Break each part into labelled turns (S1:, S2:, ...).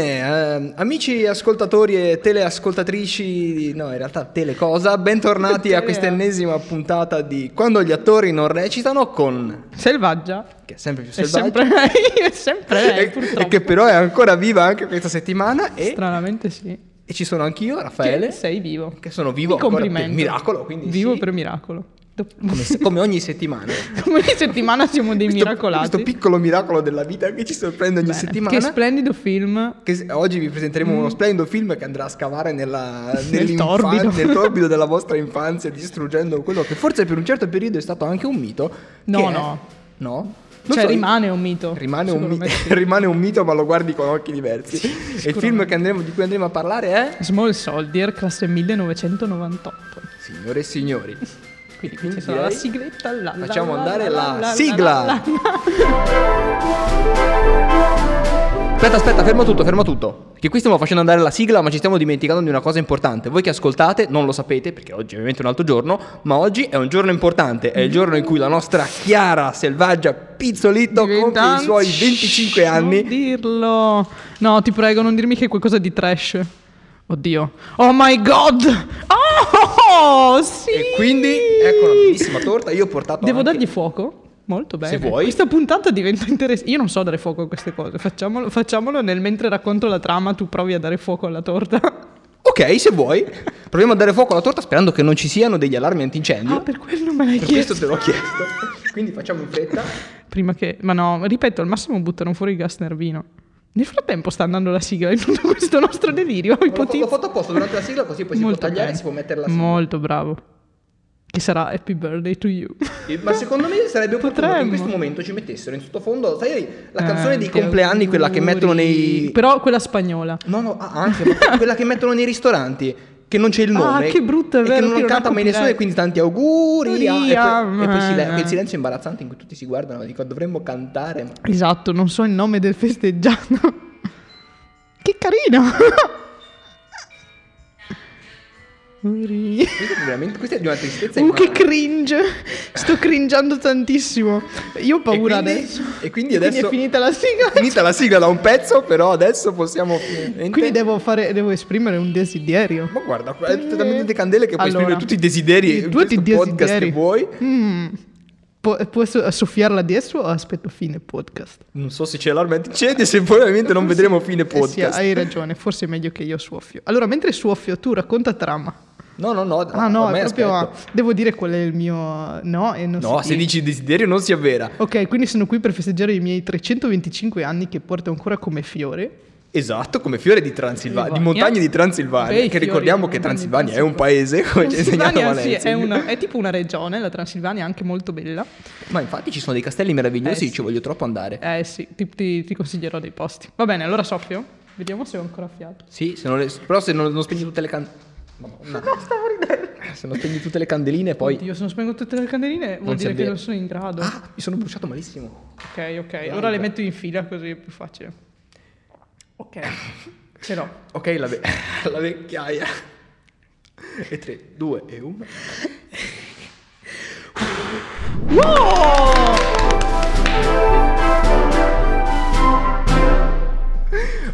S1: Bene, eh, amici ascoltatori e teleascoltatrici, no in realtà telecosa, bentornati a
S2: Tele- eh.
S1: questa ennesima puntata di Quando gli attori non recitano con...
S2: Selvaggia.
S1: che è sempre più
S2: È
S1: selvaggia
S2: sempre lei, è sempre lei,
S1: e,
S2: purtroppo.
S1: e che però è ancora viva anche questa settimana e,
S2: Stranamente sì.
S1: e ci sono anch'io,
S2: Che
S1: Raffaele,
S2: sei vivo.
S1: che sono vivo ancora per
S2: Complimenti.
S1: miracolo, quindi
S2: Vivo
S1: sì,
S2: per miracolo. Dop-
S1: come, se- come ogni settimana.
S2: Come ogni settimana siamo dei
S1: Questo-
S2: miracolati.
S1: Questo piccolo miracolo della vita che ci sorprende ogni
S2: Bene.
S1: settimana.
S2: Che splendido film.
S1: Che se- oggi vi presenteremo uno splendido film che andrà a scavare nella,
S2: Mm. Nel
S1: nell'infan-
S2: torbido.
S1: nel torbido della vostra infanzia, distruggendo quello che forse per un certo periodo è stato anche un mito.
S2: No,
S1: che è-
S2: no.
S1: No? Non
S2: cioè
S1: so,
S2: rimane un mito.
S1: rimane un,
S2: Secondo
S1: mi-
S2: me sì.
S1: rimane un mito, ma lo guardi con occhi diversi. E il film che andremo- di cui andremo a parlare è.
S2: Small Soldier, classe 1998.
S1: Signore e signori,
S2: Quindi qui
S1: Quindi
S2: ci sarà la
S1: direi-
S2: sigletta. la- la-
S1: facciamo
S2: la-
S1: andare la
S2: la-
S1: sigla.
S2: la- la-
S1: Aspetta, aspetta, fermo tutto, fermo tutto. Che qui stiamo facendo andare la sigla, ma ci stiamo dimenticando di una cosa importante. Voi che ascoltate non lo sapete, perché oggi è ovviamente un altro giorno, ma oggi è un giorno importante. È il giorno in cui la nostra Chiara Selvaggia Pizzolitto
S2: Diventa-
S1: compie Esatto, i suoi 25
S2: Shh,
S1: anni.
S2: Non dirlo. No, ti prego, non dirmi che è qualcosa di trash. Oddio. Oh my god. Oh, sì.
S1: E quindi, ecco una bellissima torta. Io ho portato
S2: Devo
S1: anche-
S2: dargli fuoco? Molto bene.
S1: Se vuoi.
S2: Questa puntata diventa interessante. Io non so dare fuoco a queste cose. Facciamolo, facciamolo nel mentre racconto la trama, tu provi a dare fuoco alla torta.
S1: Ok, se vuoi, proviamo a dare fuoco alla torta sperando che non ci siano degli allarmi antincendio.
S2: Ah, per quello me l'hai
S1: per
S2: chiesto.
S1: questo te l'ho chiesto. Quindi facciamo in fretta.
S2: Prima che... Ma no, ripeto, al massimo buttano fuori il gas nervino. Nel frattempo sta andando la sigla in tutto questo nostro delirio.
S1: L'ho,
S2: ipotizzo.
S1: l'ho fatto apposta durante la sigla, così poi si può tagliare e
S2: bene.
S1: si può mettere la sigla.
S2: Molto bravo. Che sarà Happy Birthday to You.
S1: Eh, Ma secondo me sarebbe opportuno che in
S2: Potremmo.
S1: questo momento ci mettessero in sottofondo, sai, la
S2: Eh,
S1: canzone dei
S2: ti
S1: compleanni, quella che
S2: auguri.
S1: mettono nei...
S2: Però quella spagnola.
S1: No, no, ah, anche, ma quella che mettono nei ristoranti, che non c'è il
S2: Ah,
S1: nome.
S2: che brutta, è
S1: e
S2: vero,
S1: Che
S2: che
S1: non
S2: non ha
S1: canta mai nessuno e
S2: copyright.
S1: quindi tanti auguri. ah, e poi, e poi il sile-
S2: Eh.
S1: quel silenzio imbarazzante in cui tutti si guardano e dicono dovremmo cantare. ma-
S2: Esatto, non so il nome del festeggiato. che carino. Uri.
S1: Questo è veramente, questa è di una tristezza.
S2: Uh, che
S1: immane.
S2: cringe. Sto cringiando tantissimo. Io ho paura
S1: quindi-
S2: adesso.
S1: e quindi adesso-
S2: è finita la sigla.
S1: È Finita la sigla da un pezzo, però adesso possiamo... finalmente-
S2: Quindi devo, fare, devo esprimere un desiderio.
S1: Ma guarda, è totalmente delle candele che puoi
S2: Allora,
S1: esprimere tutti i desideri in
S2: tutti i
S1: questo podcast che
S2: desideri.
S1: vuoi.
S2: Mm. Po- posso soffiarla adesso o aspetto fine podcast?
S1: Non so se c'è l'arma antincendio, se poi ovviamente non vedremo fine
S2: Eh sì,
S1: podcast.
S2: hai ragione, forse è meglio che io suoffio. Allora, mentre suoffio, tu racconta trama.
S1: No, no, no.
S2: Ah no,
S1: ormai
S2: è proprio...
S1: aspetto.
S2: Devo dire qual è il mio... No, e non
S1: No,
S2: si
S1: se
S2: dice.
S1: dici desiderio non si avvera.
S2: Ok, quindi sono qui per festeggiare i miei 325 anni che porto ancora come fiore.
S1: Esatto, come fiore di Transilvania, di
S2: Transilvania.
S1: montagne di Transilvania,
S2: Bei
S1: che
S2: fiori
S1: ricordiamo
S2: di
S1: che
S2: montagne di
S1: Transilvania è un paese, come ci ha insegnato
S2: Transilvania, sì, è,
S1: Valenzi.
S2: una- è tipo una regione, la Transilvania è anche molto bella.
S1: Ma infatti ci sono dei castelli meravigliosi,
S2: Eh sì.
S1: ci voglio troppo andare.
S2: Eh sì, ti, ti- ti consiglierò dei posti. Va bene, allora soffio. Vediamo se ho ancora fiato.
S1: Sì, se non le- però se non, non spegni tutte le candeline... Se non spegni tutte le candeline poi...
S2: Oddio, se non spengo tutte le candeline vuol
S1: Non si
S2: dire che
S1: avvera.
S2: non sono in grado.
S1: Ah, mi sono bruciato malissimo.
S2: Ok, ok. Allora le metto in fila così è più facile. Ok. Ce l'ho.
S1: Ok, la, ve- la vecchiaia. E 3, 2 e 1.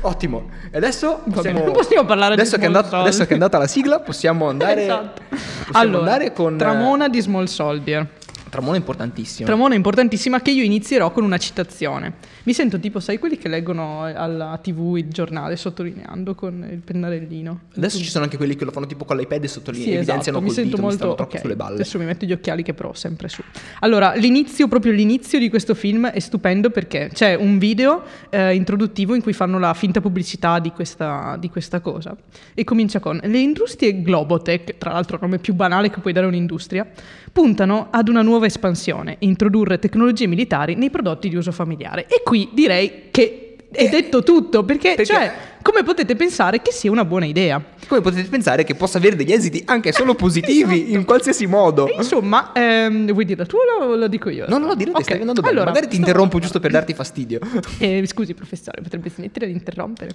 S1: Ottimo. E adesso possiamo,
S2: bene, possiamo parlare di
S1: adesso che, è
S2: small
S1: andata, adesso
S2: soldi.
S1: che è andata la sigla, possiamo andare,
S2: Esatto.
S1: possiamo
S2: allora,
S1: andare con eh,
S2: Tramona di Small Soldier.
S1: Tramona è importantissimo.
S2: Tramona è importantissima che io inizierò con una citazione. Mi sento tipo, sai, quelli che leggono alla TV il giornale sottolineando con il pennarellino.
S1: adesso ci sono anche quelli che lo fanno tipo con l'iPad e
S2: Sì,
S1: sottolineano,
S2: esatto,
S1: evidenziano
S2: mi
S1: col
S2: sento
S1: dito, mi
S2: molto
S1: stanno troppo
S2: ok,
S1: sulle balle.
S2: Adesso mi metto gli occhiali che però ho sempre su. Allora, l'inizio, proprio l'inizio di questo film è stupendo perché c'è un video eh, introduttivo in cui fanno la finta pubblicità di questa, di questa cosa e comincia con le industrie Globotech, tra l'altro il nome più banale che puoi dare a un'industria, puntano ad una nuova espansione, introdurre tecnologie militari nei prodotti di uso familiare. E qui direi che è detto tutto perché,
S1: Eh. Perché
S2: cioè, come potete pensare che sia una buona idea?
S1: Come potete pensare che possa avere degli esiti anche solo positivi
S2: esatto.
S1: in qualsiasi modo?
S2: E insomma, ehm, vuoi dirla tu o la- la dico io?
S1: No, no, no, direi
S2: Ok,
S1: che stai andando bene.
S2: allora,
S1: Magari ti
S2: stavo-
S1: interrompo giusto per darti fastidio.
S2: Eh, scusi professore, potrebbe smettere di interrompere.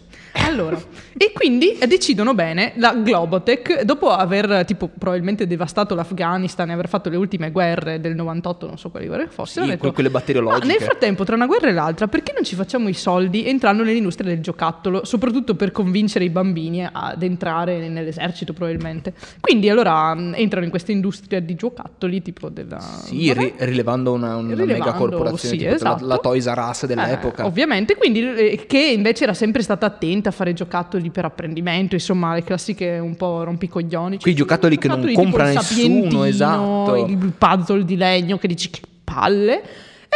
S2: Allora, e quindi eh, decidono bene la Globotech, dopo aver eh, tipo probabilmente devastato l'Afghanistan e aver fatto le ultime guerre del 98, non so quali guerre fossero,
S1: Sì,
S2: hanno detto,
S1: quelle batteriologiche."
S2: "Ma nel frattempo, tra una guerra e l'altra, perché non ci facciamo i soldi entrando nell'industria del giocattolo, soprattutto per convincere i bambini ad entrare nell'esercito probabilmente. Quindi allora mh, entrano in questa industria di giocattoli tipo della...
S1: Sì,
S2: Ah, vabbè.
S1: ri- rilevando una, una
S2: Rilevando,
S1: mega corporazione,
S2: sì,
S1: tipo la-
S2: esatto.
S1: la, Toys R Us dell'epoca.
S2: Eh, ovviamente, quindi eh, che invece era sempre stata attenta a fare giocattoli per apprendimento, insomma, le classiche un po' rompicoglioni.
S1: Quei giocattoli che non
S2: tipo
S1: compra
S2: il
S1: nessuno,
S2: sapientino,
S1: esatto.
S2: Il puzzle di legno che dici che palle.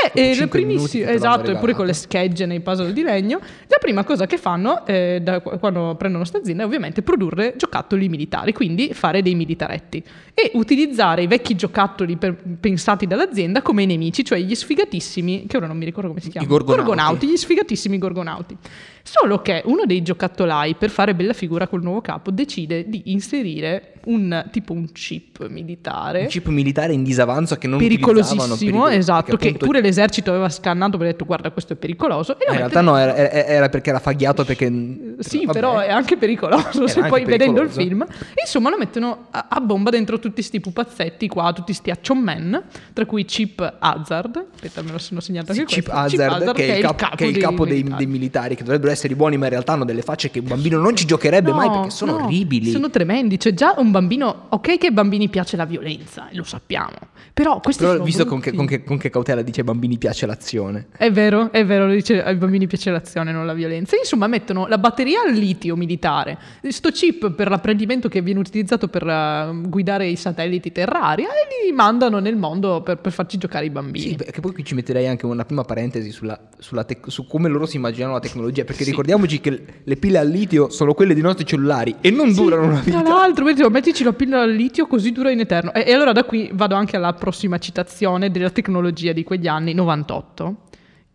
S1: Dopo
S2: E eh, le
S1: cinque minuti che
S2: primissime,
S1: te l'hanno
S2: esatto, eppure
S1: regalato.
S2: con le schegge nei puzzle di legno, la prima cosa che fanno eh, da qu- quando prendono sta azienda è ovviamente produrre giocattoli militari, quindi fare dei militaretti e utilizzare i vecchi giocattoli per- pensati dall'azienda come nemici, cioè gli sfigatissimi, che ora non mi ricordo come si chiamano,
S1: gorgonauti.
S2: gli sfigatissimi gorgonauti. Solo che uno dei giocattolai, per fare bella figura col nuovo capo, decide di inserire un tipo un chip militare
S1: Un chip militare in disavanzo che non
S2: pericolosissimo,
S1: utilizzavano, pericolo-
S2: esatto,
S1: perché
S2: che
S1: appunto-
S2: pure l'esercito aveva scannato e ha detto guarda questo è pericoloso. E
S1: Ah,
S2: lo
S1: in
S2: mette
S1: realtà
S2: lì.
S1: no, era, era- era perché era faghiato perché...
S2: Sì,
S1: vabbè.
S2: però è anche pericoloso
S1: Era
S2: se
S1: anche
S2: poi vedendo il
S1: pericoloso.
S2: film. E insomma lo mettono a, a bomba dentro tutti sti pupazzetti qua, tutti sti action man, tra cui Chip Hazard, aspetta me lo sono segnato
S1: Sì,
S2: anche
S1: Chip
S2: questo, Chip
S1: Hazard, che, è il capo, che è il capo dei,
S2: militari.
S1: dei militari, che dovrebbero essere buoni, ma in realtà hanno delle facce che un bambino non ci giocherebbe mai
S2: No,
S1: perché sono
S2: no,
S1: orribili.
S2: Sono tremendi. Cioè, già un bambino. Ok, che ai bambini piace la violenza, lo sappiamo. Però questi
S1: Però
S2: sono
S1: visto con che,
S2: brutti.
S1: con che- con che cautela dice ai bambini piace l'azione.
S2: È vero, è vero, lo dice ai bambini piace l'azione, non la violenza. Insomma, mettono la batteria al litio militare, sto chip per l'apprendimento che viene utilizzato per eh, guidare i satelliti terraria e li mandano nel mondo per, per farci giocare i bambini.
S1: Sì, perché poi qui ci metterei anche una prima parentesi sulla- sulla tec- su come loro si immaginano la tecnologia, perché
S2: Sì.
S1: ricordiamoci che l- le pile al litio sono quelle dei nostri cellulari e non durano una vita.
S2: Tra l'altro, vedi, oh, mettici la pillola al litio così dura in eterno. E, e allora da qui vado anche alla prossima citazione della tecnologia di quegli anni, 98.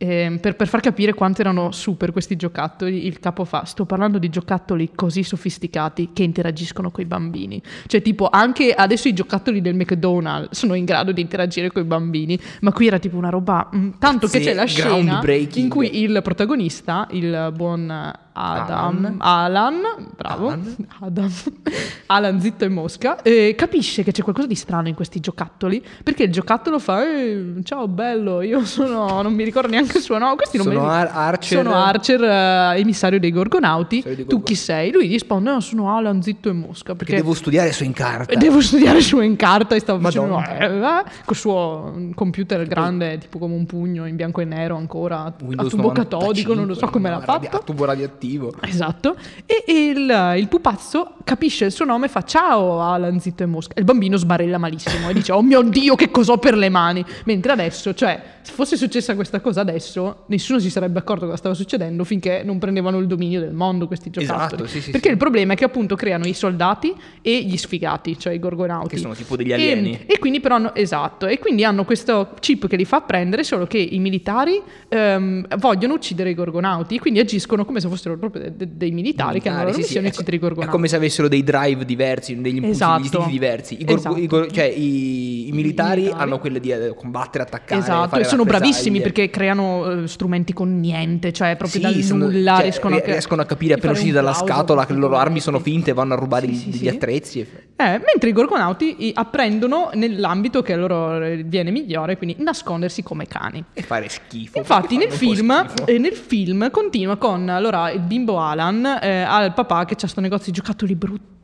S2: Ehm, per, per far capire quanto erano super questi giocattoli, il capo fa: Sto parlando di giocattoli così sofisticati che interagiscono coi bambini. Cioè, tipo, anche adesso i giocattoli del McDonald's sono in grado di interagire coi bambini, ma qui era tipo una roba. mm, tanto che
S1: Sì,
S2: c'è la scena
S1: groundbreaking.
S2: in cui il protagonista, il buon Adam,
S1: Alan.
S2: Alan, bravo,
S1: Alan.
S2: Adam, Alan zitto e mosca, eh, capisce che c'è qualcosa di strano in questi giocattoli, perché il giocattolo fa, "Eh, ciao bello, io sono, non mi ricordo neanche il suo nome, questi non
S1: Sono
S2: me li-
S1: Ar- Archer.
S2: sono Archer, eh, emissario dei Gorgonauti,
S1: Emissario dei
S2: tu
S1: Gorgonauti.
S2: chi sei? Lui risponde, no, sono Alan zitto e mosca,
S1: Perché
S2: perché...
S1: devo studiare su in carta.
S2: devo studiare su in carta e stavo facendo
S1: Madonna.
S2: eh, eh, col suo computer grande, tipo come un pugno in bianco e nero ancora, a tubo
S1: 95,
S2: catodico, non lo so come l'ha
S1: no, radia-
S2: fatto.
S1: tubo radioattivo.
S2: Esatto, e e il, il pupazzo capisce il suo nome e fa ciao Alan Zitto e Mosca. Il bambino sbarella malissimo e dice oh mio dio che cos'ho per le mani. Mentre adesso, cioè, se fosse successa questa cosa adesso, nessuno si sarebbe accorto cosa stava succedendo finché non prendevano il dominio del mondo questi giocattoli.
S1: Esatto, sì, sì,
S2: Perché
S1: sì.
S2: il problema è che appunto creano i soldati e gli sfigati, cioè i gorgonauti.
S1: Che sono tipo degli alieni.
S2: E, e quindi però hanno, esatto, e quindi hanno questo chip che li fa prendere, solo che i militari ehm, vogliono uccidere i gorgonauti, quindi agiscono come se fossero proprio de- de- dei militari che hanno la loro
S1: Militari, sì, sì,
S2: missione
S1: è
S2: e uccidere i
S1: co- È
S2: gorgonauti.
S1: come se avessero dei drive diversi, degli impulsi,
S2: Esatto.
S1: degli istinti diversi. I, gor-
S2: Esatto.
S1: i gor- cioè, i, i militari
S2: militari.
S1: hanno quelle di eh, combattere, attaccare.
S2: Esatto,
S1: fare
S2: e sono bravissimi
S1: rappresaglie.
S2: perché creano eh, strumenti con niente, cioè proprio
S1: Sì,
S2: dal
S1: sono-
S2: nulla
S1: cioè,
S2: riescono,
S1: ri-
S2: a,
S1: riescono a capire
S2: di
S1: appena
S2: fare un
S1: usciti dalla
S2: plauso
S1: scatola che le loro armi sono finte
S2: completamente.
S1: e vanno a rubare
S2: Sì,
S1: gli,
S2: sì,
S1: degli
S2: sì.
S1: attrezzi. e-
S2: Eh, mentre i gorgonauti eh, apprendono nell'ambito che a loro eh, viene migliore, quindi nascondersi come cani.
S1: E fare schifo.
S2: Infatti
S1: perché
S2: nel
S1: fanno un po'
S2: film,
S1: schifo.
S2: eh, nel film continua con allora il bimbo Alan eh, ha il papà che c'ha sto negozio di giocattoli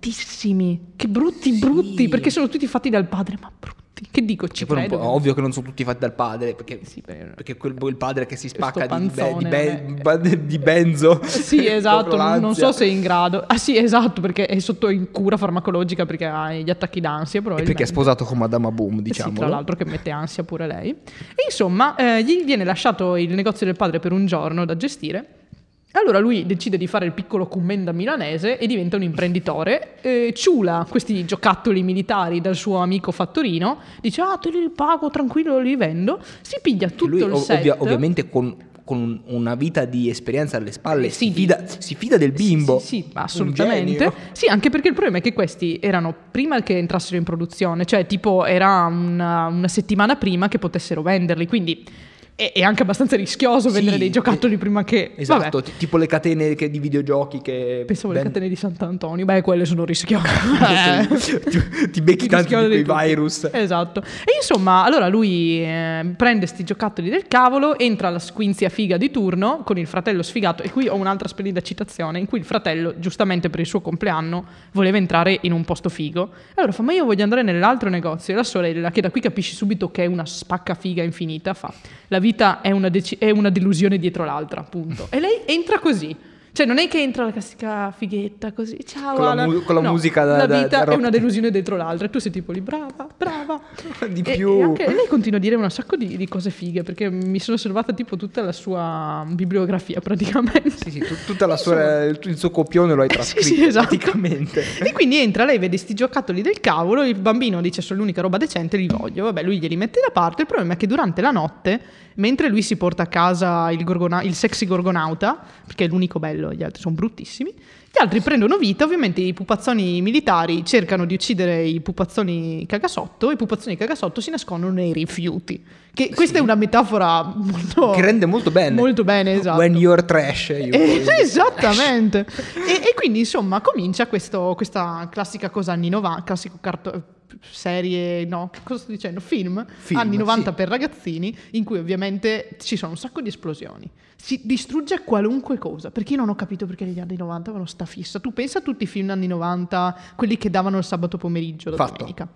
S2: bruttissimi, che brutti
S1: Sì.
S2: brutti perché sono tutti fatti dal padre, ma brutti. Che dico, ci
S1: Che Cioè, poi è un
S2: credo.
S1: po' ovvio che non sono tutti fatti dal padre, perché,
S2: Sì, beh,
S1: perché quel, quel padre che si
S2: Questo
S1: spacca di, be- di,
S2: panzone,
S1: be- ba- di benzo.
S2: Sì, esatto,
S1: Proprio
S2: non, non
S1: l'ansia.
S2: so se è in grado. Ah sì, esatto, perché è sotto in cura farmacologica perché ha gli attacchi d'ansia,
S1: E perché
S2: probabilmente.
S1: è sposato con Madama Boom, diciamo.
S2: Eh Sì, tra l'altro che mette ansia pure lei. E insomma, eh, gli viene lasciato il negozio del padre per un giorno da gestire. Allora lui decide di fare il piccolo commenda milanese e diventa un imprenditore. Eh, ciula questi giocattoli militari dal suo amico fattorino. Dice, ah, te li pago, tranquillo, li vendo. Si piglia tutto
S1: lui
S2: il
S1: ov-
S2: set.
S1: ovvia- ovviamente con con un- una vita di esperienza alle spalle
S2: Eh,
S1: si,
S2: sì, di-
S1: fida, si fida del bimbo.
S2: Eh Sì, sì, sì,
S1: Un
S2: assolutamente.
S1: genio.
S2: Sì, anche perché il problema è che questi erano prima che entrassero in produzione, cioè tipo era una, una settimana prima che potessero venderli, quindi è, è anche abbastanza rischioso
S1: Sì,
S2: vendere dei giocattoli
S1: eh,
S2: prima che...
S1: Esatto,
S2: Vabbè,
S1: t- tipo le catene che- di videogiochi che...
S2: pensavo
S1: ben-
S2: alle catene di Sant'Antonio, beh quelle sono rischiose.
S1: Sì, ti, ti becchi tanti
S2: Rischiano
S1: di quei
S2: di tutti.
S1: virus.
S2: Esatto. E insomma, allora lui eh, prende sti giocattoli del cavolo, entra alla squinzia figa di turno con il fratello sfigato. E qui ho un'altra splendida citazione in cui il fratello, giustamente per il suo compleanno, voleva entrare in un posto figo. E allora fa, ma io voglio andare nell'altro negozio. E la sorella, che da qui capisci subito che è una spacca figa infinita, fa, la vita è una, deci- è una delusione dietro l'altra, appunto. e lei entra così. Cioè, non è che entra la classica fighetta così, ciao.
S1: Con la
S2: Alan."
S1: mu- con la
S2: No,
S1: musica da-
S2: La
S1: da-
S2: vita
S1: da
S2: è
S1: rock.
S2: una delusione dentro l'altra. E tu sei tipo lì, brava, brava.
S1: Di
S2: E-
S1: più.
S2: E, anche- e lei continua a dire un sacco di, di cose fighe, perché mi sono osservata tipo tutta la sua bibliografia praticamente.
S1: Sì, sì, tu- tutta la sua, il, il suo copione lo hai
S2: Eh,
S1: trascritto
S2: sì, sì, esatto.
S1: praticamente.
S2: E quindi entra, lei vede sti giocattoli del cavolo, il bambino dice sono l'unica roba decente, li voglio, vabbè lui glieli mette da parte, il problema è che durante la notte, mentre lui si porta a casa il, gorgona- il sexy gorgonauta, perché è l'unico bello, gli altri sono bruttissimi, gli altri prendono vita, ovviamente i pupazzoni militari cercano di uccidere i pupazzoni cagasotto, i pupazzoni cagasotto si nascondono nei rifiuti, che questa è una metafora molto...
S1: Che rende molto bene.
S2: Molto bene, esatto.
S1: When you're trash. you
S2: Eh,
S1: call it
S2: esattamente. e, e quindi insomma comincia questo- questa classica cosa anni 90, classico carto- serie, no, cosa sto dicendo? Film,
S1: Film,
S2: anni 90
S1: sì.
S2: per ragazzini, in cui ovviamente ci sono un sacco di esplosioni. Si distrugge qualunque cosa, perché io non ho capito perché negli anni 90 avevano sta fissa. Tu pensa a tutti i film anni 90, quelli che davano il sabato pomeriggio, la
S1: Fatto.
S2: domenica.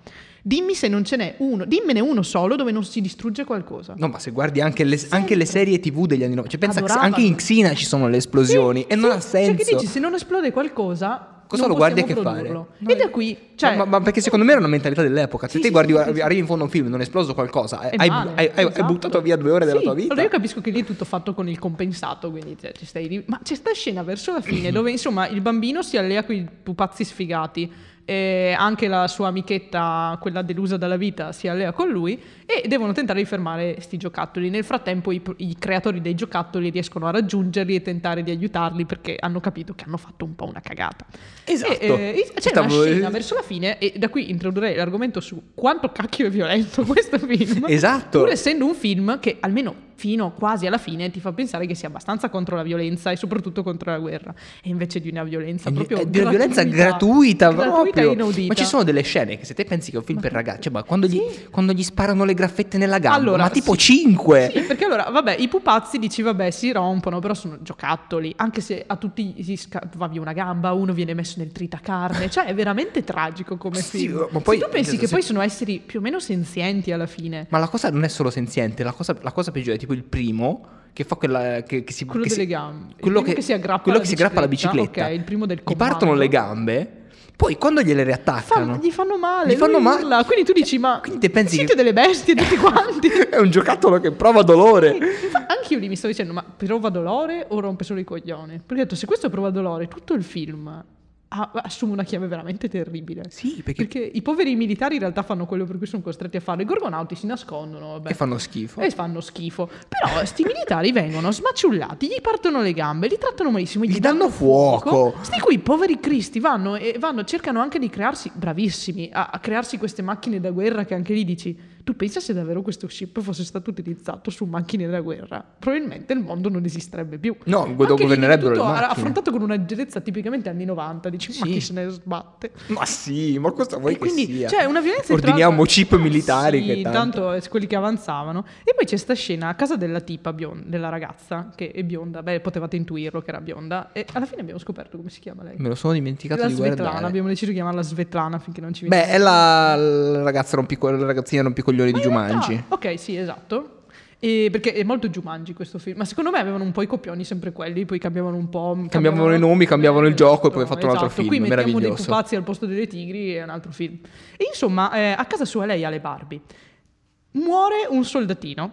S2: Dimmi se non ce n'è uno, dimmene uno solo dove non si distrugge qualcosa.
S1: No, ma se guardi anche le, anche le serie TV degli anni 90, cioè pensa che
S2: Adoravano.
S1: anche in Xina ci sono le esplosioni
S2: Sì,
S1: e non
S2: sì.
S1: ha senso.
S2: Cioè, che dici, se non esplode qualcosa,
S1: Cosa
S2: non
S1: lo guardi a che
S2: possiamo
S1: fare?
S2: produrlo.
S1: No,
S2: e da qui, cioè,
S1: ma, ma- ma perché secondo me era una mentalità dell'epoca. Se
S2: Sì,
S1: te
S2: sì,
S1: guardi,
S2: sì,
S1: arri-
S2: sì.
S1: arrivi in fondo a un film, non è esploso qualcosa, eh,
S2: è
S1: hai, hai-
S2: male,
S1: hai- hai
S2: esatto.
S1: buttato via due ore della
S2: Sì,
S1: tua vita.
S2: Allora io capisco che lì è tutto fatto con il compensato, quindi cioè, ci stai lì. Ma c'è sta scena verso la fine dove insomma il bambino si allea con i pupazzi sfigati. E anche la sua amichetta, quella delusa dalla vita, si allea con lui e devono tentare di fermare sti giocattoli. Nel frattempo i, i creatori dei giocattoli riescono a raggiungerli e tentare di aiutarli perché hanno capito che hanno fatto un po' una cagata.
S1: Esatto.
S2: E, eh, c'è
S1: Stavo-
S2: una scena verso la fine e da qui introdurrei l'argomento su quanto cacchio è violento questo film.
S1: Esatto.
S2: Pur essendo un film che almeno fino quasi alla fine ti fa pensare che sia abbastanza contro la violenza e soprattutto contro la guerra. E invece di una violenza
S1: È
S2: proprio
S1: di una violenza gratuita, proprio.
S2: e inaudita.
S1: Ma ci sono delle scene che se te pensi che è un film per ragazzi, cioè, ma quando, gli, quando gli sparano le graffette nella gamba,
S2: Allora,
S1: ma tipo
S2: sì.
S1: 5.
S2: Sì, perché allora, vabbè, i pupazzi dici, vabbè, si rompono, però sono giocattoli, anche se a tutti si sca- va via una gamba, uno viene messo nel tritacarne, cioè è veramente tragico come
S1: Sì,
S2: film.
S1: ma poi-
S2: se tu pensi
S1: nel senso,
S2: che
S1: se-
S2: poi sono esseri più o meno senzienti alla fine,
S1: Ma la cosa non è solo senziente, la cosa, la cosa peggiore è tipo il primo che fa quella che, che si
S2: quello
S1: che si-
S2: delle gambe, il
S1: quello
S2: primo
S1: che,
S2: che si aggrappa
S1: quello
S2: alla
S1: che si aggrappa alla bicicletta.
S2: bicicletta, ok, il primo del
S1: Gli partono
S2: comando.
S1: le gambe, poi quando gliele riattaccano
S2: Fa- gli fanno male,
S1: Gli fanno
S2: lui
S1: male. Cioè,
S2: urla. quindi tu dici, ma
S1: Quindi te pensi
S2: siete
S1: che-
S2: delle bestie tutti quanti?
S1: è un giocattolo che prova dolore.
S2: Anche io lì mi sto dicendo, ma prova dolore o rompe solo i coglioni? Perché ho detto, se questo prova dolore, tutto il film ha- assume una chiave veramente terribile.
S1: Sì, perché,
S2: Perché... i poveri militari in realtà fanno quello per cui sono costretti a fare. I gorgonauti si nascondono vabbè,
S1: che fanno schifo.
S2: e fanno schifo. Però sti militari vengono smaciullati, gli partono le gambe, li trattano malissimo, gli,
S1: Gli danno fuoco.
S2: Sti qui poveri cristi vanno e vanno, cercano anche di crearsi, bravissimi, a, a crearsi queste macchine da guerra che anche lì dici, tu pensa se davvero questo ship fosse stato utilizzato su macchine da guerra? Probabilmente il mondo non esisterebbe più.
S1: No,
S2: Anche
S1: dopo
S2: lì viene
S1: governerebbero le
S2: tutto
S1: macchine.
S2: affrontato con una leggerezza tipicamente anni 90, dici ma
S1: Sì.
S2: chi se ne sbatte?
S1: Ma sì, ma cosa vuoi
S2: E quindi
S1: che sia?
S2: cioè, una violenza tra
S1: Ordiniamo
S2: l'altro-
S1: chip militari
S2: sì,
S1: che tanto.
S2: tanto eh, quelli che avanzavano e poi c'è sta scena a casa della tipa bionda della ragazza che è bionda beh potevate intuirlo che era bionda e alla fine abbiamo scoperto come si chiama lei
S1: Me lo sono dimenticato
S2: la
S1: di
S2: Svetlana
S1: guardare.
S2: abbiamo deciso di chiamarla Svetlana finché non ci
S1: Beh, è la, la ragazza rompico- la ragazzina rompicoglioni
S2: Ma
S1: di
S2: in realtà-
S1: Jumanji.
S2: Eh, ok sì esatto E perché è molto Jumanji questo film, ma secondo me avevano un po' i copioni sempre quelli, poi cambiavano un po'.
S1: Cambiavano i nomi, cambiavano il gioco e poi hai fatto un altro
S2: esatto.
S1: film,
S2: Qui mettiamo
S1: meraviglioso.
S2: dei pupazzi al posto delle tigri è un altro film. E insomma, eh, a casa sua lei ha le Barbie. Muore un soldatino.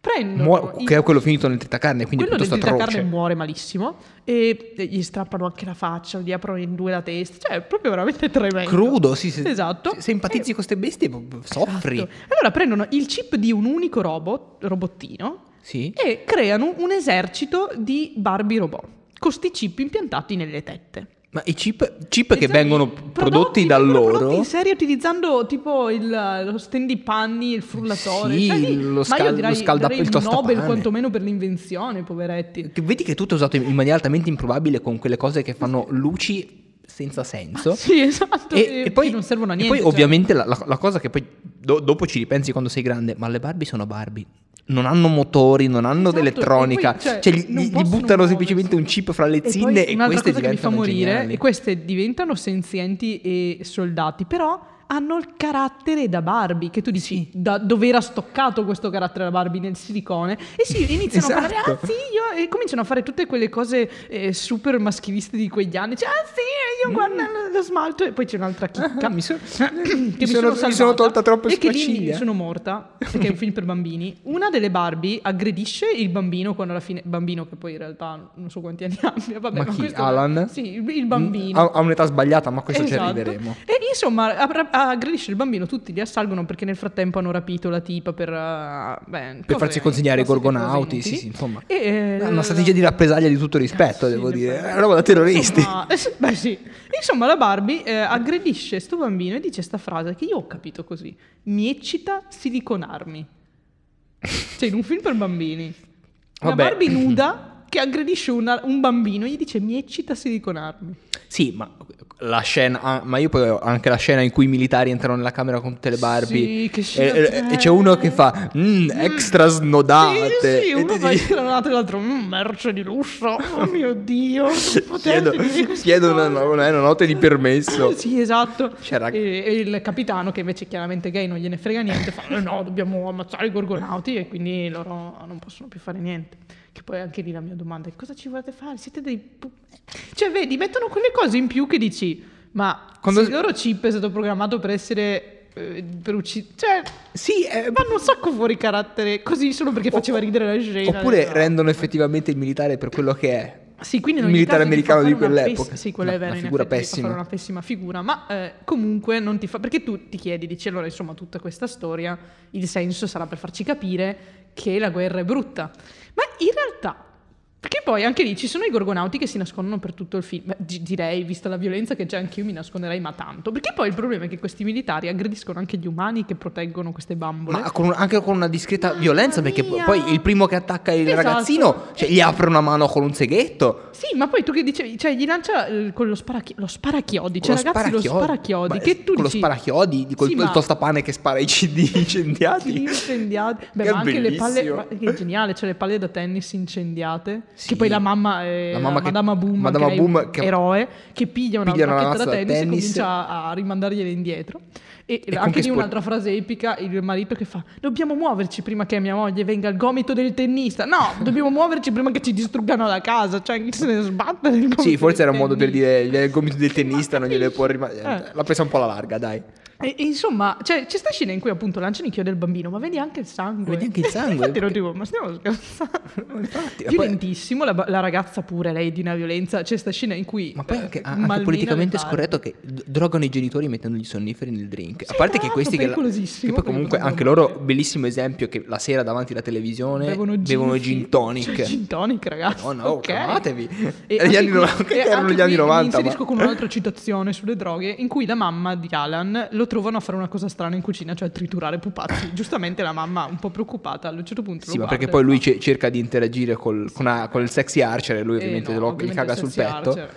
S2: Prendono
S1: Muo-
S2: i-
S1: che è quello finito nel tritacarne, quindi
S2: quello del
S1: piuttosto atroce.
S2: tritacarne muore malissimo e gli strappano anche la faccia, gli aprono in due la testa, cioè è proprio veramente tremendo.
S1: Crudo, sì, se,
S2: Esatto.
S1: se- se impatizzi con queste bestie, boh, soffri.
S2: Esatto. Allora prendono il chip di un unico robot, robottino,
S1: Sì.
S2: e creano un esercito di Barbie robot con sti chip impiantati nelle tette.
S1: Ma i chip, chip che
S2: Esatto.
S1: vengono prodotti da
S2: vengono
S1: loro.
S2: prodotti in serie utilizzando tipo il, lo stendipanni, il frullatore,
S1: Sì,
S2: cioè, lì-
S1: lo
S2: ma
S1: scal-
S2: io
S1: lo
S2: direi,
S1: scalda-
S2: darei
S1: il
S2: il Nobel
S1: tostapane.
S2: quantomeno per l'invenzione, poveretti.
S1: Che Vedi che tutto è usato in maniera altamente improbabile con quelle cose che fanno luci senza senso.
S2: Sì, esatto,
S1: E,
S2: e
S1: e poi,
S2: che non servono a
S1: e
S2: niente.
S1: poi
S2: cioè.
S1: ovviamente la, la- la cosa che poi do- dopo ci ripensi quando sei grande, ma le Barbie sono Barbie. Non hanno motori, non hanno
S2: Esatto,
S1: elettronica.
S2: e poi, cioè,
S1: cioè, gli,
S2: non
S1: gli
S2: possono
S1: buttano
S2: muoversi.
S1: semplicemente un chip fra le
S2: E
S1: zinne
S2: poi
S1: e,
S2: un'altra
S1: queste
S2: cosa che mi fa
S1: diventano
S2: morire
S1: geniali.
S2: e queste diventano senzienti e soldati, però hanno il carattere da Barbie, che tu dici da dove era stoccato questo carattere da Barbie nel silicone e sì, iniziano a parlare, ah
S1: Esatto.
S2: sì, io e cominciano a fare tutte quelle cose eh, super maschiliste di quegli anni, cioè ah sì, io guarda lo smalto e poi c'è un'altra chicca.
S1: Mm. Ah, mi so-
S2: che
S1: mi sono-
S2: mi, sono,
S1: mi sono
S2: salvata
S1: tolta troppe
S2: e che lì mi
S1: sopracciglia.
S2: sono morta perché è un film per bambini una delle Barbie aggredisce il bambino quando alla fine bambino che poi in realtà non so quanti anni abbia vabbè
S1: Ma
S2: ma
S1: chi,
S2: questo-
S1: Alan?
S2: sì il, il
S1: Mm,
S2: bambino
S1: Ha, ha un'età sbagliata, ma questo ci
S2: Esatto.
S1: arriveremo.
S2: E insomma, aggr- aggredisce il bambino, tutti li assalgono perché nel frattempo hanno rapito la tipa per, eh, beh,
S1: Per
S2: cose-
S1: farsi consegnare i
S2: classiche cose
S1: gorgonauti,
S2: inutili.
S1: sì, sì, insomma.
S2: E, eh,
S1: È
S2: la-
S1: una strategia di rappresaglia di tutto rispetto,
S2: Sì,
S1: devo
S2: ne
S1: dire.
S2: fa-
S1: È una roba da terroristi.
S2: Insomma, eh sì, beh, sì. Insomma, la Barbie eh, aggredisce sto bambino e dice sta frase che io ho capito così. Mi eccita siliconarmi. Cioè, in un film per bambini. Una
S1: Vabbè.
S2: Barbie nuda che aggredisce una- un bambino e gli dice mi eccita siliconarmi.
S1: Sì, ma la scena, ah, ma io poi ho anche la scena in cui i militari entrano nella camera con tutte le Barbie.
S2: Sì, che
S1: E-
S2: scena
S1: e,
S2: bella.
S1: e c'è uno che fa "Mm, extra snodate.
S2: Sì, sì,
S1: E
S2: uno
S1: tu
S2: fa
S1: dici-
S2: tirare l'altro e l'altro, "Mm, merce di lusso, oh mio Dio,
S1: chiedo, chiedo una, una- una nota di permesso.
S2: Sì, esatto.
S1: Cioè, rag-
S2: E, e il capitano, che invece chiaramente gay non gliene frega niente, fa: "Eh No, dobbiamo ammazzare i gorgonauti e quindi loro non possono più fare niente. Che poi anche lì la mia domanda è: cosa ci volete fare? Siete dei. pu- Cioè, vedi, mettono quelle cose in più che dici, ma
S1: Quando-
S2: se il loro chip è stato programmato per essere. eh, per uccidere. Cioè.
S1: Sì, eh,
S2: Vanno un sacco fuori carattere così solo perché faceva ridere la scena. esatto.
S1: oppure
S2: No.
S1: rendono effettivamente il militare per quello che è.
S2: Sì, quindi in
S1: il
S2: ogni
S1: militare
S2: caso ti
S1: americano
S2: fa
S1: di
S2: fare una
S1: quell'epoca.
S2: pess- sì, quello
S1: Una-
S2: è vero,
S1: una
S2: in
S1: figura
S2: effetti ti fa fare
S1: pessima.
S2: una pessima figura, ma eh, comunque non ti fa perché tu ti chiedi, dici allora, insomma, tutta questa storia il senso sarà per farci capire che la guerra è brutta. Ma in realtà perché poi anche lì ci sono i gorgonauti che si nascondono per tutto il film. Beh, gi- direi, vista la violenza che c'è anch'io, mi nasconderei ma tanto. Perché poi il problema è che questi militari aggrediscono anche gli umani che proteggono queste bambole.
S1: Ma con- anche con una discreta
S2: Mamma
S1: violenza, perché
S2: mia.
S1: poi il primo che attacca il
S2: Esatto.
S1: ragazzino cioè, gli apre una mano con un seghetto.
S2: Sì, ma poi tu che dicevi, cioè gli lancia eh, con lo, sparachi- lo sparachiodi,
S1: Con
S2: cioè ragazzi lo sparachiodi,
S1: ma-
S2: che tu
S1: con lo
S2: dici-
S1: sparachiodi di quel
S2: Sì,
S1: quel
S2: ma-
S1: tostapane che spara i CD incendiati.
S2: Sì, incendiati. Beh,
S1: Che
S2: ma anche le palle,
S1: bellissimo.
S2: ma- che è geniale, cioè le palle da tennis incendiate,
S1: Sì.
S2: che poi la mamma, eh,
S1: La
S2: la
S1: mamma che-
S2: Madama Boom,
S1: Madama
S2: anche lei
S1: Boom
S2: un
S1: che-
S2: eroe, che piglia una
S1: piglia una
S2: racchetta
S1: mazza
S2: da
S1: da
S2: tennis, e
S1: tennis.
S2: comincia a rimandargliele indietro. E,
S1: E con
S2: anche
S1: che
S2: lì
S1: sport-
S2: un'altra frase epica, il marito che fa, dobbiamo muoverci prima che mia moglie venga al gomito del tennista. No, dobbiamo muoverci prima che ci distruggano la casa, cioè chi se ne sbattere il gomito
S1: Sì, forse
S2: del
S1: era un modo per
S2: tennista.
S1: dire il gomito del tennista non gliele può rimanere.
S2: Eh.
S1: L'ha presa un po' alla larga, dai.
S2: E, e insomma, cioè, c'è sta scena in cui appunto lanciano i chiodi al bambino, ma vedi anche il sangue.
S1: Vedi anche il sangue?
S2: Infatti ero tipo, ma stiamo scherzando.
S1: Infatti, ma poi-
S2: Violentissimo, la, la ragazza pure, lei di una violenza. C'è sta scena in cui...
S1: Ma poi anche,
S2: eh,
S1: anche
S2: malmena
S1: politicamente
S2: le
S1: scorretto che d- drogano i genitori mettendo i sonniferi nel drink.
S2: Sì,
S1: A parte
S2: tra
S1: che questi che,
S2: l'altro, Ah, pericolosissimo,
S1: che poi
S2: perché
S1: comunque
S2: potrebbero
S1: anche loro,
S2: morire.
S1: bellissimo esempio che la sera davanti alla televisione
S2: barbe.
S1: bevono
S2: Bevono
S1: gin,
S2: gin,
S1: tonic. Oh
S2: Cioè, gin tonic, ragazzi.
S1: No, no,
S2: ok.
S1: calmatevi.
S2: E
S1: Era gli
S2: anche
S1: anni
S2: qui-
S1: 90, che
S2: e
S1: erano
S2: anche
S1: gli anni
S2: qui
S1: 90,
S2: Mi inserisco
S1: ma-
S2: con un'altra citazione sulle droghe in cui la mamma di Alan lo trovano a fare una cosa strana in cucina, cioè triturare pupazzi. Giustamente la mamma, un po' preoccupata, a un certo punto
S1: Sì,
S2: lo
S1: ma perché
S2: guarda
S1: poi lui
S2: e fa-
S1: ce- cerca di interagire col, con a- col sexy archer e lui
S2: Eh,
S1: ovviamente
S2: no,
S1: lo, gli
S2: ovviamente
S1: caga sul
S2: senza
S1: petto.
S2: Archer.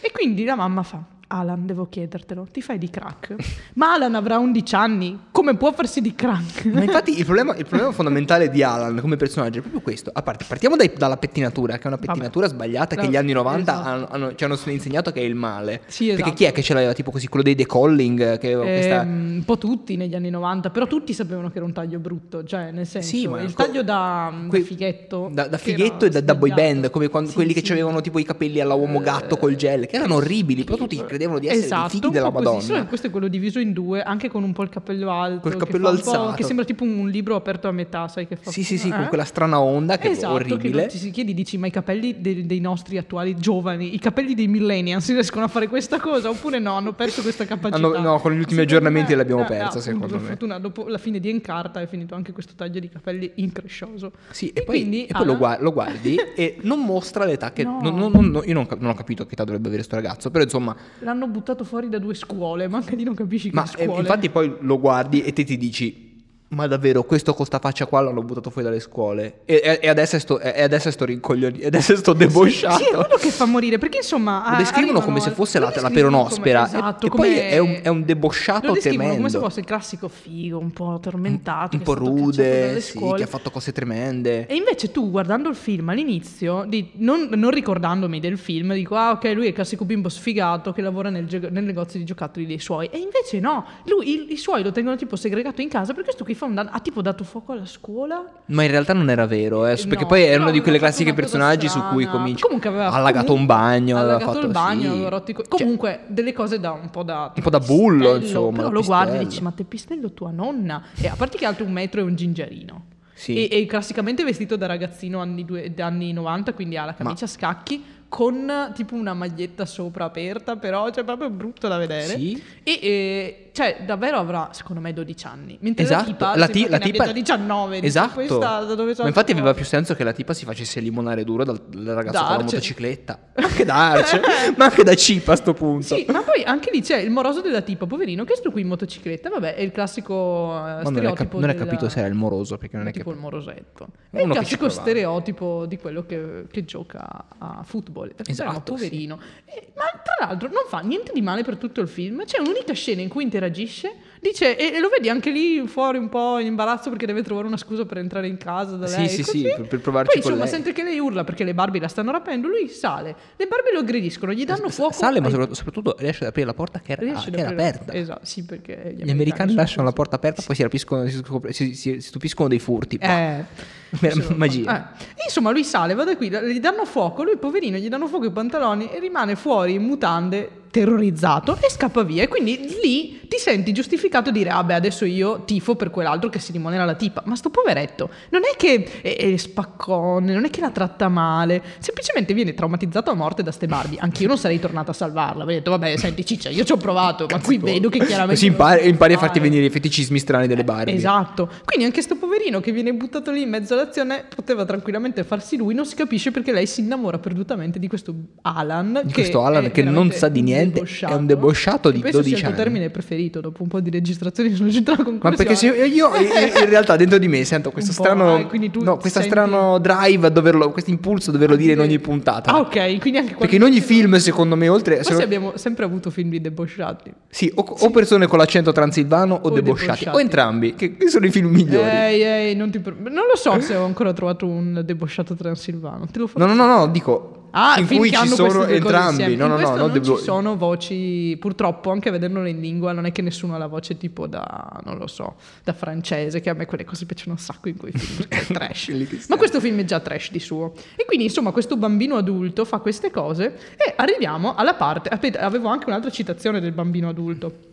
S2: E quindi la mamma fa: Alan, devo chiedertelo, ti fai di crack? Ma Alan avrà 11 anni, come può farsi di crack?
S1: Ma infatti il problema, il problema fondamentale di Alan come personaggio è proprio questo. A parte, partiamo dai- dalla pettinatura, che è una pettinatura sbagliata che
S2: No,
S1: gli anni 90
S2: esatto.
S1: hanno- hanno- ci hanno insegnato che è il male.
S2: Sì,
S1: Perché
S2: esatto.
S1: chi è che ce l'aveva? Tipo così, quello dei decolling? Che aveva questa...
S2: Ehm, un po' tutti negli anni 90, però tutti sapevano che era un taglio brutto, cioè nel senso
S1: Sì, ma
S2: il
S1: co-
S2: taglio da, mm, da
S1: quei-
S2: fighetto.
S1: Da, da
S2: che
S1: fighetto
S2: era
S1: e da, da boy
S2: sbagliato.
S1: band, come quando-
S2: Sì,
S1: quelli
S2: sì.
S1: che avevano tipo i capelli alla uomo gatto col gel, che erano orribili, però tutti
S2: schifo.
S1: credevano di essere
S2: esatto,
S1: i figli
S2: un po'
S1: della
S2: così,
S1: Madonna.
S2: solo che questo è quello diviso in due, anche con un po' il cappello alto.
S1: Col
S2: che
S1: cappello
S2: fa un po'-
S1: alzato.
S2: Che sembra tipo un libro aperto a metà, sai che fa.
S1: Sì, sì, sì,
S2: eh?
S1: con quella strana onda che
S2: esatto,
S1: è
S2: Che
S1: orribile.
S2: non ti si chiedi, dici, ma i capelli dei, dei nostri attuali giovani, i capelli dei millennials si riescono a fare questa cosa oppure no? Hanno perso questa capacità.
S1: Hanno- no, con gli ultimi
S2: Secondo
S1: aggiornamenti l'abbiamo persa,
S2: eh, appunto,
S1: secondo
S2: per
S1: me.
S2: fortuna, dopo la fine di Encarta è finito anche questo taglio di capelli increscioso.
S1: Sì, e, poi,
S2: quindi,
S1: e poi lo,
S2: Alan-
S1: gua- lo guardi e non mostra l'età che...
S2: No.
S1: non- non- non- non- io non, cap- non ho capito che età dovrebbe avere sto ragazzo, però insomma...
S2: L'hanno buttato fuori da due scuole, ma anche lì non capisci
S1: Ma
S2: che
S1: eh,
S2: scuole.
S1: infatti poi lo guardi e te ti dici... Ma davvero, questo con sta faccia qua l'hanno buttato fuori dalle scuole. E, e- e adesso è sto, e- e adesso è sto rincoglioni- e adesso è sto debosciato.
S2: Sì, è quello che fa morire, perché insomma...
S1: Lo
S2: ah,
S1: descrivono
S2: arrivano
S1: come se
S2: al-
S1: fosse
S2: lo
S1: la, la
S2: descrivono
S1: peronospera.
S2: come- esatto,
S1: e, e poi
S2: come-
S1: è un, è un debosciato
S2: Lo descrivono
S1: temendo.
S2: come se fosse il classico figo, un po' tormentato,
S1: un
S2: che
S1: po'
S2: è stato cacciato
S1: rude,
S2: dalle
S1: sì,
S2: scuole.
S1: che ha fatto cose tremende.
S2: E invece tu, guardando il film all'inizio, di- non, non ricordandomi del film, dico, ah ok, lui è il classico bimbo sfigato che lavora nel, gio- nel negozio di giocattoli dei suoi. E invece no, lui, i, i suoi lo tengono tipo segregato in casa perché questo qui fa un danno, ha tipo dato fuoco alla scuola.
S1: Ma in realtà non era vero, eh,
S2: Eh,
S1: perché
S2: no,
S1: poi è
S2: però
S1: uno di quelle
S2: aveva fatto
S1: classiche
S2: una cosa
S1: personaggi su cui
S2: strana.
S1: cominci.
S2: Comunque aveva
S1: ha allagato
S2: comunque
S1: un bagno,
S2: ha
S1: aveva
S2: allagato
S1: fatto
S2: il bagno,
S1: sì.
S2: aveva rotto i co-
S1: Cioè,
S2: comunque delle cose da un po' da
S1: Un po' da bullo,
S2: pipistrello,
S1: insomma,
S2: Però
S1: da
S2: lo guardi e
S1: pistello.
S2: dici "Ma te pistello tua nonna". E a parte che è alto un metro è un gingerino.
S1: Sì.
S2: E, e classicamente vestito da ragazzino anni, due- da anni 90, quindi ha la camicia a scacchi con tipo una maglietta sopra aperta, però cioè proprio brutto da vedere.
S1: Sì.
S2: E, e, cioè davvero avrà secondo me 12 anni, mentre la
S1: Esatto,
S2: tipa
S1: la,
S2: sembra
S1: ti-
S2: che
S1: la
S2: ne abbia
S1: tipa
S2: già 19, dici,
S1: esatto.
S2: questa da dove
S1: Ma infatti aveva più senso che la tipa si facesse limonare duro dal, dal ragazzo
S2: Da
S1: con la
S2: Arce.
S1: motocicletta, anche da Arce, ma anche da Cipa a sto punto.
S2: Sì, ma poi anche lì c'è il moroso della tipa, poverino, che è sto qui in motocicletta, vabbè, è il classico
S1: Ma
S2: eh,
S1: non è, cap-
S2: stereotipo.
S1: non è
S2: della-
S1: capito se era il moroso, perché non è che
S2: tipo il morosetto. È
S1: Uno
S2: il
S1: che
S2: classico
S1: ci provava.
S2: stereotipo di quello che, che gioca a football. Perché
S1: Esatto,
S2: però, poverino. E- ma tra l'altro non fa niente di male per tutto il film. C'è un'unica scena in cui interagisce, dice, e, e lo vedi anche lì fuori un po' in imbarazzo perché deve trovare una scusa per entrare in casa da
S1: Sì,
S2: lei.
S1: sì,
S2: così.
S1: sì, per- per provarci
S2: Poi
S1: con
S2: insomma
S1: lei.
S2: sente che lei urla perché le Barbie la stanno rapendo, lui sale. Le Barbie lo aggrediscono, gli danno
S1: S-
S2: fuoco.
S1: Sale, ma
S2: ai-
S1: sopra- soprattutto riesce ad aprire la porta che era,
S2: riesce ad
S1: che era
S2: aprire la-
S1: aperta.
S2: Esatto, sì, perché gli
S1: Gli americani
S2: sono
S1: lasciano la
S2: così.
S1: porta aperta, poi si, rapiscono- si scop- si- si- si stupiscono dei furti.
S2: Eh,
S1: Mer-
S2: Sì,
S1: magia.
S2: eh. E Insomma, lui sale, va da qui, gli danno fuoco, lui poverino gli danno fuoco i pantaloni e rimane fuori in mutande, terrorizzato e scappa via. E quindi lì ti senti giustificato a dire "Ah beh, adesso io tifo per quell'altro che si limonera la tipa". Ma sto poveretto non è che è, è spaccone, non è che la tratta male, semplicemente viene traumatizzato a morte da ste Barbie. Anch'io non sarei tornata a salvarla. Avrei detto "Vabbè, senti ciccia, io ci ho provato, Eh, ma qui vedo che chiaramente
S1: Così
S2: non Ah, eh.
S1: impari,
S2: si
S1: impari a
S2: fare".
S1: farti venire i feticismi strani delle Barbie.
S2: Esatto. Quindi anche sto poverino che viene buttato lì in mezzo all'azione poteva tranquillamente farsi lui, non si capisce perché lei si innamora perdutamente di questo Alan.
S1: Di questo Alan
S2: è
S1: che non
S2: veramente
S1: sa di
S2: un
S1: niente,
S2: debosciato.
S1: è un debosciato
S2: Che
S1: di
S2: penso
S1: 12
S2: sia il
S1: anni.
S2: tuo termine preferito, dopo un po' di registrazioni sono riuscito alla
S1: Ma
S2: conclusione.
S1: perché se io, io in in realtà dentro di me sento questo
S2: Un po',
S1: strano,
S2: ah, quindi tu
S1: no, questo
S2: senti-
S1: strano drive, a doverlo, questo impulso a doverlo dire in ogni puntata.
S2: Ah ok, quindi
S1: Perché
S2: anche quando-
S1: in ogni film, secondo me, oltre... se
S2: Forse
S1: non-
S2: abbiamo sempre avuto film di debosciati.
S1: sì, o, o persone con l'accento transilvano o,
S2: O
S1: debosciati,
S2: debosciati. Eh,
S1: o entrambi, che, che sono i film migliori.
S2: Ehi, ehi, non, ti per- non lo so se ho ancora trovato un debosciato transilvano. Te lo faccio
S1: No, no, no, no, dico
S2: Ah,
S1: in
S2: film
S1: cui
S2: che
S1: ci
S2: hanno
S1: sono
S2: queste due cose
S1: entrambi.
S2: insieme.
S1: No, no,
S2: In
S1: no,
S2: questo
S1: no,
S2: non
S1: devo-
S2: ci sono voci, purtroppo, anche vedendolo in lingua, non è che nessuno ha la voce tipo da, non lo so, da francese, che a me quelle cose piacciono un sacco in quei film, perché è trash.
S1: Quelli che
S2: Ma
S1: siamo.
S2: questo film è già trash di suo. E quindi, insomma, questo bambino adulto fa queste cose e arriviamo alla parte... Aspetta, avevo anche un'altra citazione del bambino adulto.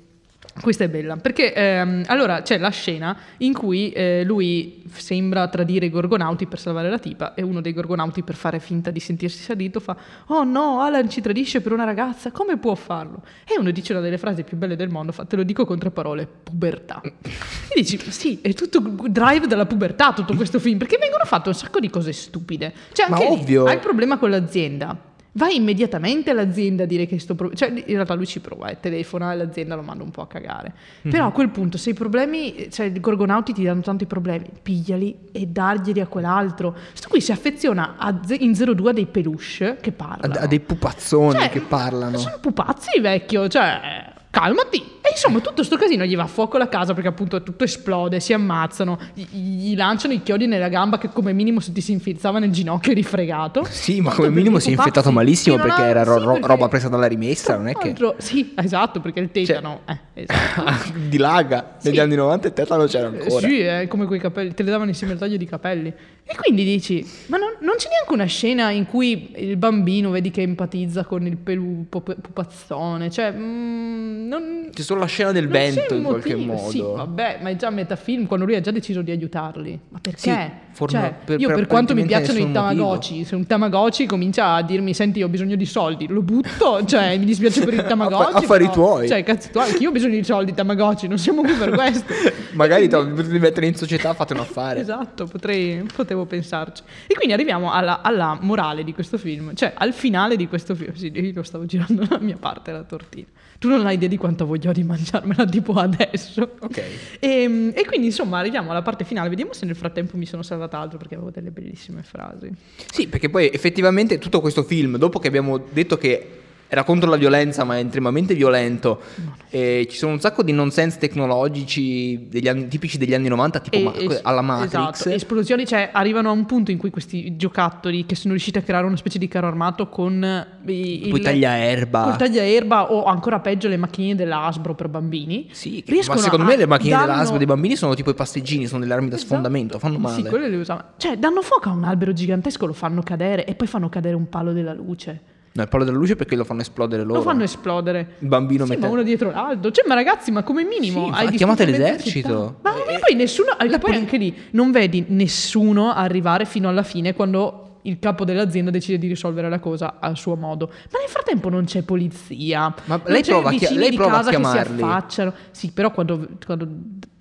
S2: Questa è bella, perché ehm, allora c'è la scena in cui eh, lui f- sembra tradire i gorgonauti per salvare la tipa e uno dei gorgonauti per fare finta di sentirsi salito fa «Oh no, Alan ci tradisce per una ragazza, come può farlo?» E uno dice una delle frasi più belle del mondo, fa «Te lo dico con tre parole, pubertà». E dici «Sì, è tutto gu- drive dalla pubertà tutto questo film, perché vengono fatte un sacco di cose stupide». Cioè
S1: Ma
S2: anche lì,
S1: ovvio.
S2: hai il problema con l'azienda. Vai immediatamente all'azienda a dire che sto pro- cioè in realtà lui ci prova, eh, telefona all'azienda lo manda un po' a cagare.
S1: Mm-hmm.
S2: Però a quel punto se i problemi, cioè i gorgonauti ti danno tanti problemi, pigliali e darglieli a quell'altro. Sto qui si affeziona a ze- in 02 a dei peluche che
S1: a,
S2: parlano.
S1: a dei pupazzoni
S2: Cioè,
S1: che parlano.
S2: Sono pupazzi vecchio, cioè calmati. E insomma tutto sto casino gli va a fuoco la casa perché appunto tutto esplode, si ammazzano, gli, gli lanciano i chiodi nella gamba che come minimo se ti si infilzava nel ginocchio eri fregato.
S1: Sì, ma
S2: Tanto
S1: come
S2: per
S1: minimo
S2: i
S1: si è
S2: pupazzi
S1: infettato malissimo
S2: che non
S1: perché
S2: hanno-
S1: era ro-
S2: sì,
S1: ro-
S2: perché-
S1: roba presa dalla rimessa,
S2: tra
S1: non è che... Cioè,
S2: l'altro- Sì, esatto, perché il tetano... eh. Esatto.
S1: Dilaga. Negli
S2: Sì.
S1: anni 90 e Tetano c'era ancora.
S2: Eh, Sì, è come quei capelli, te le davano insieme al taglio di capelli. E quindi dici, ma non, non c'è neanche una scena in cui il bambino vedi che empatizza con il pelu pup- pupazzone, cioè... mm, non,
S1: C'è solo la scena del
S2: non c'è
S1: vento in
S2: un
S1: qualche
S2: motivo.
S1: modo.
S2: Sì, vabbè, ma è già a metà film quando lui ha già deciso di aiutarli. Ma perché?
S1: Sì, forma-
S2: Cioè,
S1: per-
S2: io
S1: per-
S2: per quanto mi
S1: apparentemente
S2: piacciono i
S1: nessun motivo.
S2: Tamagotchi, se un Tamagotchi comincia a dirmi "Senti, ho bisogno di soldi", lo butto, cioè mi dispiace per il Tamagotchi.
S1: Affa- affari
S2: però-
S1: tuoi.
S2: Cioè, cazzo tu, anch'io ho bisogno di soldi Tamagotchi, non siamo qui per questo.
S1: Magari ti potete mettere in società, fate un affare.
S2: Esatto, potrei, potevo pensarci. E quindi arriviamo alla, alla morale di questo film, cioè al finale di questo film. Sì, io lo stavo girando la mia parte la tortina. Tu non hai idea di quanto voglio di mangiarmela tipo adesso. Ehm,
S1: Ok.
S2: E, e quindi insomma arriviamo alla parte finale, vediamo se nel frattempo mi sono salvata altro perché avevo delle bellissime frasi.
S1: Sì, perché poi effettivamente tutto questo film, dopo che abbiamo detto che era contro la violenza, ma è estremamente violento, e ci sono un sacco di nonsense tecnologici degli anni- tipici degli anni 90, tipo Oh, ma-
S2: es-
S1: alla Matrix.
S2: esatto, esplosioni, cioè arrivano a un punto in cui questi giocattoli che sono riusciti a creare una specie di carro armato con eh, i,
S1: Tipo i tagliaerba.
S2: col tagliaerba o ancora peggio le macchine dell'Asbro per bambini.
S1: Sì, che- ma
S2: riescono
S1: secondo
S2: a-
S1: me le macchine
S2: danno-
S1: dell'ASBO dei bambini sono tipo i passeggini, sono delle armi da
S2: Esatto.
S1: sfondamento, fanno male.
S2: Sì, quelle le usavano. Cioè, danno fuoco a un albero gigantesco, lo fanno cadere e poi fanno cadere un palo della luce.
S1: No, il palo della luce perché lo fanno esplodere loro.
S2: Lo fanno esplodere.
S1: Il bambino
S2: sì,
S1: mette-
S2: ma uno dietro l'altro. Cioè, ma ragazzi, ma come minimo
S1: Sì,
S2: hai
S1: fa- chiamate
S2: distrutto mezza
S1: l'esercito. Eh,
S2: città. Ma e poi nessuno e poi anche lì non vedi nessuno arrivare fino alla fine quando il capo dell'azienda decide di risolvere la cosa a suo modo. Ma nel frattempo non c'è polizia.
S1: Ma
S2: non
S1: lei
S2: c'è
S1: prova a chi-
S2: vicini
S1: lei
S2: di
S1: prova a
S2: casa che si
S1: chiamarli.
S2: affacciano. Sì, però quando, quando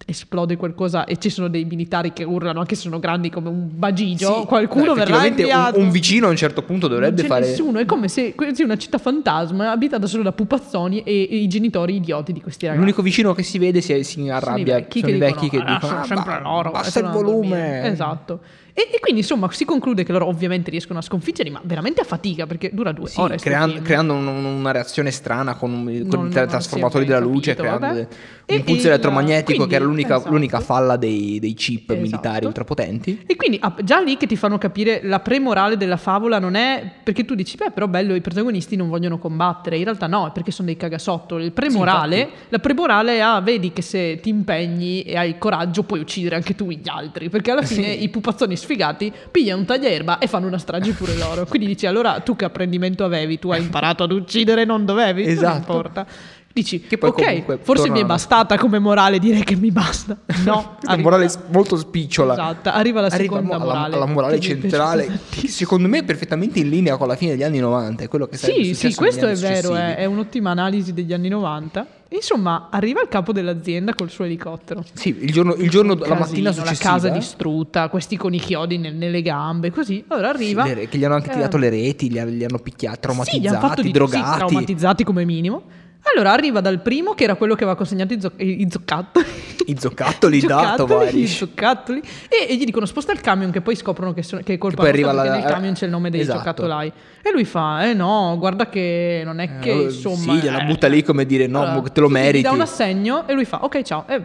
S2: esplode qualcosa e ci sono dei militari che urlano anche se sono grandi come un bagigio,
S1: Sì,
S2: Cioè, qualcuno
S1: no,
S2: verrà
S1: effettivamente un-
S2: inviato.
S1: Un, vicino a un certo punto dovrebbe
S2: Non c'è
S1: fare.
S2: nessuno, è come se questa una città fantasma abitata solo da pupazzoni e, e i genitori idioti di questi ragazzi.
S1: L'unico vicino che si vede si, si
S2: Sono i
S1: arrabbia.
S2: vecchi
S1: sono i vecchi che
S2: "Ah,
S1: dicono:
S2: sono
S1: "Ah,
S2: sempre
S1: ba-
S2: loro,
S1: Basta il
S2: sono
S1: volume.
S2: bambini". Esatto. E, e quindi insomma si conclude che loro ovviamente riescono a sconfiggerli, ma veramente a fatica perché dura due
S1: Sì,
S2: ore. sto
S1: crean-
S2: film.
S1: creando un- un- una reazione strana con, un- con
S2: Non-
S1: i
S2: non
S1: tra-
S2: si è
S1: trasformatori
S2: ben
S1: della luce,
S2: capito,
S1: creando
S2: vabbè.
S1: de- un
S2: E-
S1: pulso
S2: e
S1: elettromagnetico
S2: il-
S1: che era l'unica,
S2: esatto.
S1: l'unica falla dei, dei chip
S2: Esatto.
S1: militari ultrapotenti.
S2: E quindi ah, già lì che ti fanno capire la premorale della favola non è perché tu dici, beh, però bello, i protagonisti non vogliono combattere. In realtà no, è perché sono dei cagasotto. Il
S1: Sì,
S2: premorale, la premorale è, ah, vedi che se ti impegni e hai coraggio puoi uccidere anche tu gli altri. Perché alla fine
S1: Sì.
S2: i pupazzoni sfigati pigliano un taglierba e fanno una strage pure loro. Quindi dici, allora tu che apprendimento avevi? Tu hai imparato ad uccidere, non dovevi? Non
S1: Esatto.
S2: importa. Dici,
S1: Che poi
S2: ok,
S1: comunque
S2: forse mi è
S1: tornano-
S2: bastata come morale dire che mi basta. No,
S1: Questa
S2: arriva-
S1: morale s- molto spicciola.
S2: Esatto, arriva la seconda
S1: alla-
S2: morale.
S1: Alla, morale
S2: che mi è
S1: centrale,
S2: piaciuta
S1: che secondo me è perfettamente in linea con la fine degli anni 90. È quello che sarebbe
S2: Sì, sì,
S1: successo
S2: questo è
S1: negli anni
S2: vero, eh.
S1: successivi.
S2: è, è un'ottima analisi degli anni 90. Insomma, arriva il capo dell'azienda col suo elicottero.
S1: Sì, il giorno, il giorno la
S2: Casino,
S1: mattina successiva.
S2: La casa distrutta, questi con i chiodi nel- nelle gambe, così. Allora arriva...
S1: Sì, le- che gli hanno anche
S2: eh,
S1: tirato le reti, li, ha- li hanno picchiati,
S2: Sì,
S1: traumatizzati,
S2: gli hanno fatto di- sì,
S1: drogati.
S2: traumatizzati come minimo. Allora arriva dal primo, che era quello che aveva consegnato i, zo- i- i zoccattoli.
S1: I zoccattoli da
S2: Giocattoli, I
S1: Tovarish.
S2: zoccattoli. E, e gli dicono sposta il camion, che poi scoprono che, sono- che è colpa
S1: poi
S2: nostra
S1: arriva
S2: perché
S1: la-
S2: nel camion c'è il nome dei
S1: Esatto.
S2: giocattolai. E lui fa, eh no, guarda che non è che
S1: Eh,
S2: insomma...
S1: sì, gliela
S2: eh,
S1: butta lì come dire, no, mo- te lo
S2: sì, Gli
S1: meriti.
S2: dà un assegno e lui fa, ok ciao. E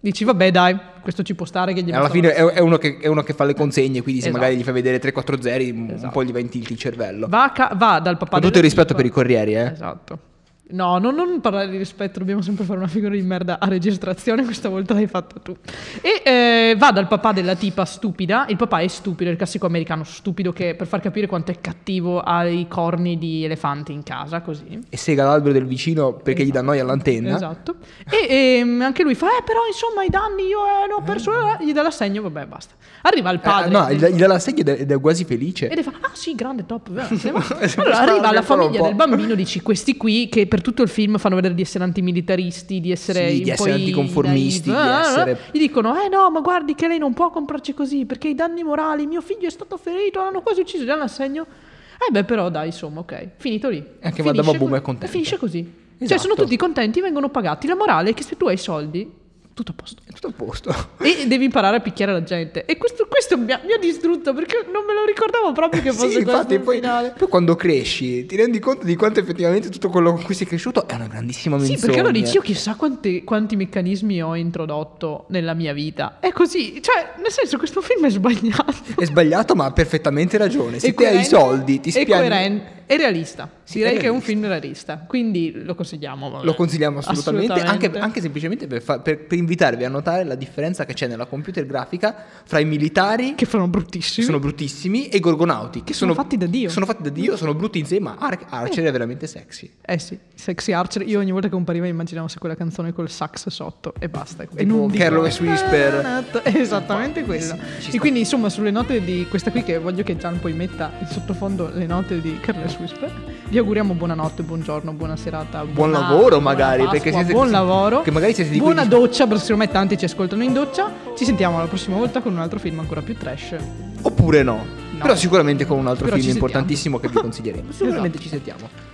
S2: dici, vabbè dai, questo ci può stare che gli
S1: Alla fine è, è uno che, è uno che fa le consegne, quindi se
S2: Esatto.
S1: magari gli fai vedere 3-4 zeri, un- un
S2: Esatto.
S1: po' gli va in tilt il cervello.
S2: Va, a ca- va dal papà
S1: Con tutto
S2: della
S1: il rispetto
S2: tipa-
S1: per i corrieri, eh.
S2: Esatto. No, non, non parlare di rispetto, dobbiamo sempre fare una figura di merda a registrazione, questa volta l'hai fatto tu. E eh, va dal papà della tipa stupida, il papà è stupido, è il classico americano stupido che per far capire quanto è cattivo ha i corni di elefanti in casa, così.
S1: E sega l'albero del vicino perché gli dà noia all'antenna.
S2: Esatto. E ehm, anche lui fa, eh però insomma i danni io eh, ne ho perso, eh", gli dà l'assegno, vabbè basta. Arriva il
S1: Eh,
S2: padre.
S1: no,
S2: del-
S1: gli dà- gli dà la sedia ed è- ed è quasi felice.
S2: Ed è fa, ah sì, grande top. vero, se ne va.
S1: Se
S2: allora
S1: fa
S2: arriva
S1: ancora
S2: la
S1: Esatto, un
S2: famiglia
S1: po'.
S2: del bambino, dici questi qui che per tutto il film fanno vedere di essere antimilitaristi, di essere,
S1: Sì,
S2: un
S1: di essere
S2: po' i-
S1: anticonformisti,
S2: naive,
S1: di
S2: ah, ah,
S1: essere-
S2: Gli dicono, eh no, ma guardi che lei non può comprarci così perché i danni morali, mio figlio è stato ferito, l'hanno quasi ucciso, gli danno l'assegno. Eh beh però dai, insomma, ok, finito lì.
S1: Anche
S2: Finisce
S1: Madama Boom
S2: co-
S1: è contenta.
S2: e Finisce così. Cioè
S1: Esatto.
S2: sono tutti contenti, vengono pagati. La morale è che se tu hai i soldi, tutto a posto.
S1: È tutto a posto.
S2: E devi imparare a picchiare la gente. E questo, questo mi, ha, mi ha distrutto perché non me lo ricordavo proprio che fosse
S1: Sì, infatti,
S2: questo
S1: poi,
S2: il finale.
S1: poi quando cresci ti rendi conto di quanto effettivamente tutto quello con cui sei cresciuto è una grandissima menzogna.
S2: Sì, perché lo dici io chissà quanti, quanti meccanismi ho introdotto nella mia vita. È così, cioè, nel senso, questo film è sbagliato.
S1: È sbagliato, ma ha perfettamente ragione. Se
S2: È
S1: te hai i
S2: coerente-
S1: soldi, ti
S2: è
S1: spiani.
S2: coeren- È realista.
S1: Sì,
S2: Direi
S1: è
S2: che è un
S1: realista.
S2: film realista. Quindi lo consigliamo. vabbè.
S1: Lo consigliamo assolutamente,
S2: Assolutamente.
S1: Anche, anche semplicemente per, fa- per- per invitarvi a notare la differenza che c'è nella computer grafica fra i militari,
S2: Che sono
S1: che
S2: bruttissimi.
S1: sono bruttissimi, e i gorgonauti, che
S2: sono fatti da Dio.
S1: Sono fatti da Dio, sono brutti insieme, ma Ar- Archer è veramente sexy.
S2: Eh sì, Sexy Archer. Io ogni volta che compariva immaginavo se quella canzone col sax sotto e basta. E
S1: Tipo
S2: dico-
S1: Careless Whisper.
S2: È Esattamente quello.
S1: sì, ci
S2: e
S1: sta.
S2: quindi insomma sulle note di questa qui che voglio che Gian poi metta in sottofondo le note di Careless Whisper. Vi auguriamo buonanotte, buongiorno, buona serata.
S1: Buon
S2: buona-
S1: lavoro
S2: buona
S1: magari,
S2: Pasqua,
S1: perché siete-
S2: buon lavoro.
S1: che magari siete di
S2: Buona
S1: quelli-
S2: doccia, perché secondo me tanti ci ascoltano in doccia. Ci sentiamo la prossima volta con un altro film ancora più trash.
S1: Oppure no. Però sicuramente con un altro
S2: Però ci
S1: film
S2: sentiamo.
S1: importantissimo che vi consiglieremo. Sicuramente ci sentiamo.